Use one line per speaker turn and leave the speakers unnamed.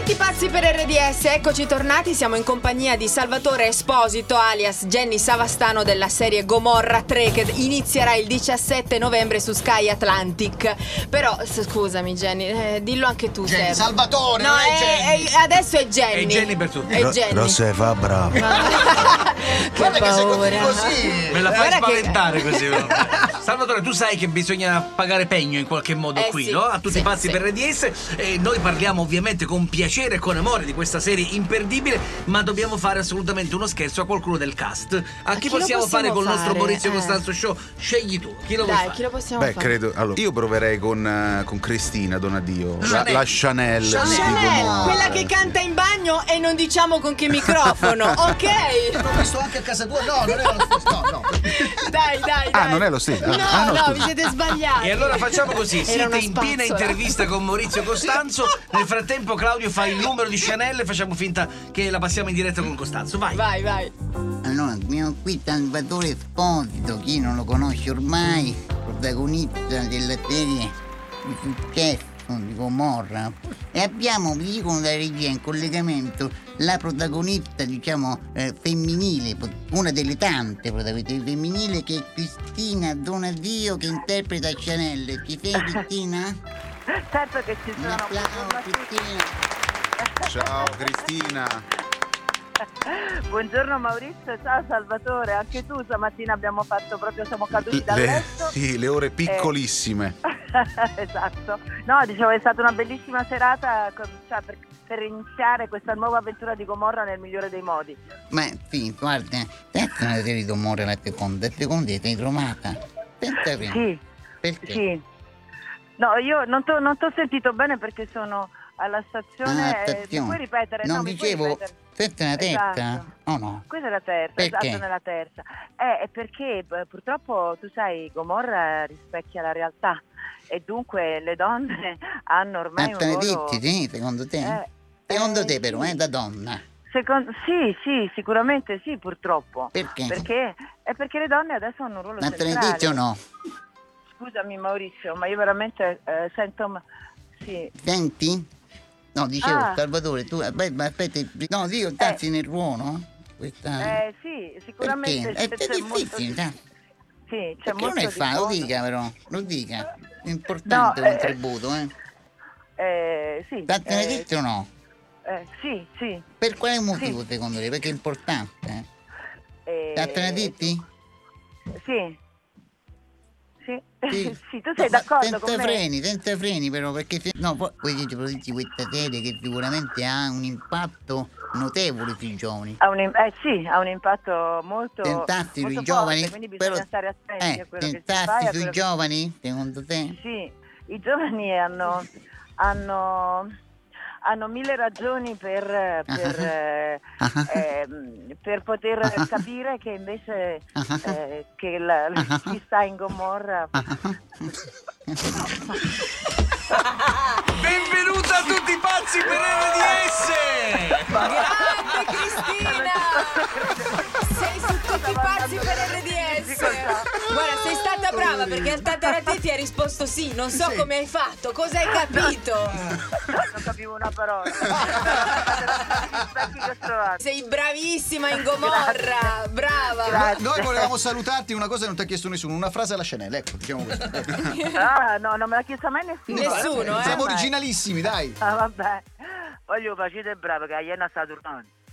Ragazzi per RDS, eccoci tornati, siamo in compagnia di Salvatore Esposito alias Jenny Savastano della serie Gomorra 3 che inizierà il 17 novembre su Sky Atlantic. Però s- scusami Jenny, eh, dillo anche tu
Jenny,
Seb.
Salvatore,
No,
non è
è-
Jenny.
è- adesso è Jenny.
È Jenny per tutti.
È
Ro-
Jenny.
Rosefa, bravo.
che
Guarda che se continui
paura.
così.
Me la fai
Guarda che-
spaventare così. proprio. Salvatore, tu sai che bisogna pagare pegno in qualche modo
Eh
qui,
sì,
no? A tutti
sì,
i pazzi
sì.
per RDS. E noi parliamo ovviamente con piacere e con amore di questa serie imperdibile, ma dobbiamo fare assolutamente uno scherzo a qualcuno del cast. A, chi,
chi lo
possiamo, fare
possiamo
col nostro
fare?
Maurizio
Eh.
Costanzo Show? Scegli tu, chi lo vuoi
Dai,
fare?
chi lo possiamo
Beh,
fare?
credo. Allora, io proverei con, eh, con Cristina Donadio, la,
Chanel.
la Chanel. di
Chanel,
Gomorra.
quella che canta in bagno e non diciamo con che microfono, ok?
L'ho visto anche a casa tua. No, non è lo stesso. No, no.
Dai, dai, dai.
Ah, non è lo stesso?
No,
Ah, ah,
no,
no, scusa.
vi siete sbagliati.
E allora facciamo così,
Era
siete
una
in piena
spazzola.
intervista con Maurizio Costanzo, nel frattempo Claudio fa il numero di Chanel e facciamo finta che la passiamo in diretta con Costanzo, vai.
Vai, vai.
Allora, abbiamo qui Salvatore Esposito, chi non lo conosce ormai, protagonista della serie di successo di Gomorra. E abbiamo, vi dicono da regia, in collegamento la protagonista, diciamo, eh, femminile, po- una delle tante protagoniste femminili, che è Cristina Donadio, che interpreta Chanel. Ci sei, Cristina?
Certo che ci
Un
sono.
applauso, Cristina.
Ciao Cristina.
Buongiorno Maurizio, ciao Salvatore, anche tu stamattina abbiamo fatto proprio, siamo caduti dal
Le,
letto.
sì, le ore piccolissime.
esatto. No, dicevo è stata una bellissima serata con- cioè, per, per iniziare questa nuova avventura di Gomorra nel migliore dei modi.
Ma sì, guarda, terza è una serie d'umore la seconda, la seconda è trovata. Pensa te.
Sì,
Perché?
sì. No, io non t'ho non t'ho sentito bene perché sono alla stazione.
Ah,
eh, mi
attenzione.
puoi ripetere?
Non
No, mi puoi
dicevo,
ripetere?
questa è la terza?
Esatto.
Oh no.
Questa è la terza,
Perché?
esatto, nella terza. Eh, è perché eh, purtroppo, tu sai, Gomorra rispecchia la realtà e dunque le donne hanno ormai
Ma Eh, te ne
un ruolo...
dici, sì, secondo te?
Eh,
secondo
eh,
te però,
sì.
eh, da donna.
Secon- sì, sì, sicuramente sì, purtroppo.
Perché?
Ah, Perché? È perché le donne adesso hanno un ruolo
Ma te ne
centrale.
dici o no?
Scusami Maurizio, ma io veramente eh, sento... ma- Sì,
Senti? No, dicevo,
Ah.
Salvatore, tu, eh, beh, ma aspetta, no, dico, tassi nel ruolo? Questa...
eh, sì sicuramente...
perché? È,
c'è-
eh, è
c'è molto-
difficile, dai.
Sì, c'è
Perché non è
molto di
facile, lo
fondo.
dica però, lo dica. È importante
No, eh,
un contributo, eh.
Eh, sì.
Ma te ne
eh,
dici o no?
eh, sì, sì.
Per quale motivo secondo te? Perché è importante, eh?
Eh,
Ma te ne dici?
Sì. Sì. Sì, tu sei d'accordo
senza
con me?
freni, senza freni però, perché se no poi voi siete produtti questa serie che sicuramente ha un impatto notevole sui giovani.
Ha un, im- eh sì, ha un impatto molto
Tentassi
molto
sui
forte,
giovani,
quindi bisogna
però,
stare attenti
eh,
a quello che si
tentassi
fa e a
sui
quello che-
giovani, secondo te?
Sì, i giovani hanno, hanno, hanno mille ragioni per, per, eh,
Ah.
ehm, per poter
Ah.
capire che invece
Ah.
eh, che la-
Ah.
chi sta in Gomorra
Benvenuta a tutti i pazzi per RDS!
Grande Cristina! Sei su tutti i pazzi per RDS! Guarda, sei stata brava perché al Tataratè ti ha risposto sì, non so come hai fatto, cosa hai capito?
non capivo una parola. Specchi che ho trovato.
Sei bravissima in Gomorra, brava!
Grazie.
Noi volevamo salutarti una cosa che non ti ha chiesto nessuno, una frase alla Chanel, ecco, diciamo questo.
Ah, no, non me l'ha chiesta mai nessuno.
Nessuno, eh?
Siamo
Mai.
originalissimi, dai.
Ah, vabbè. Voglio facete bravo che a Iena sta tornando.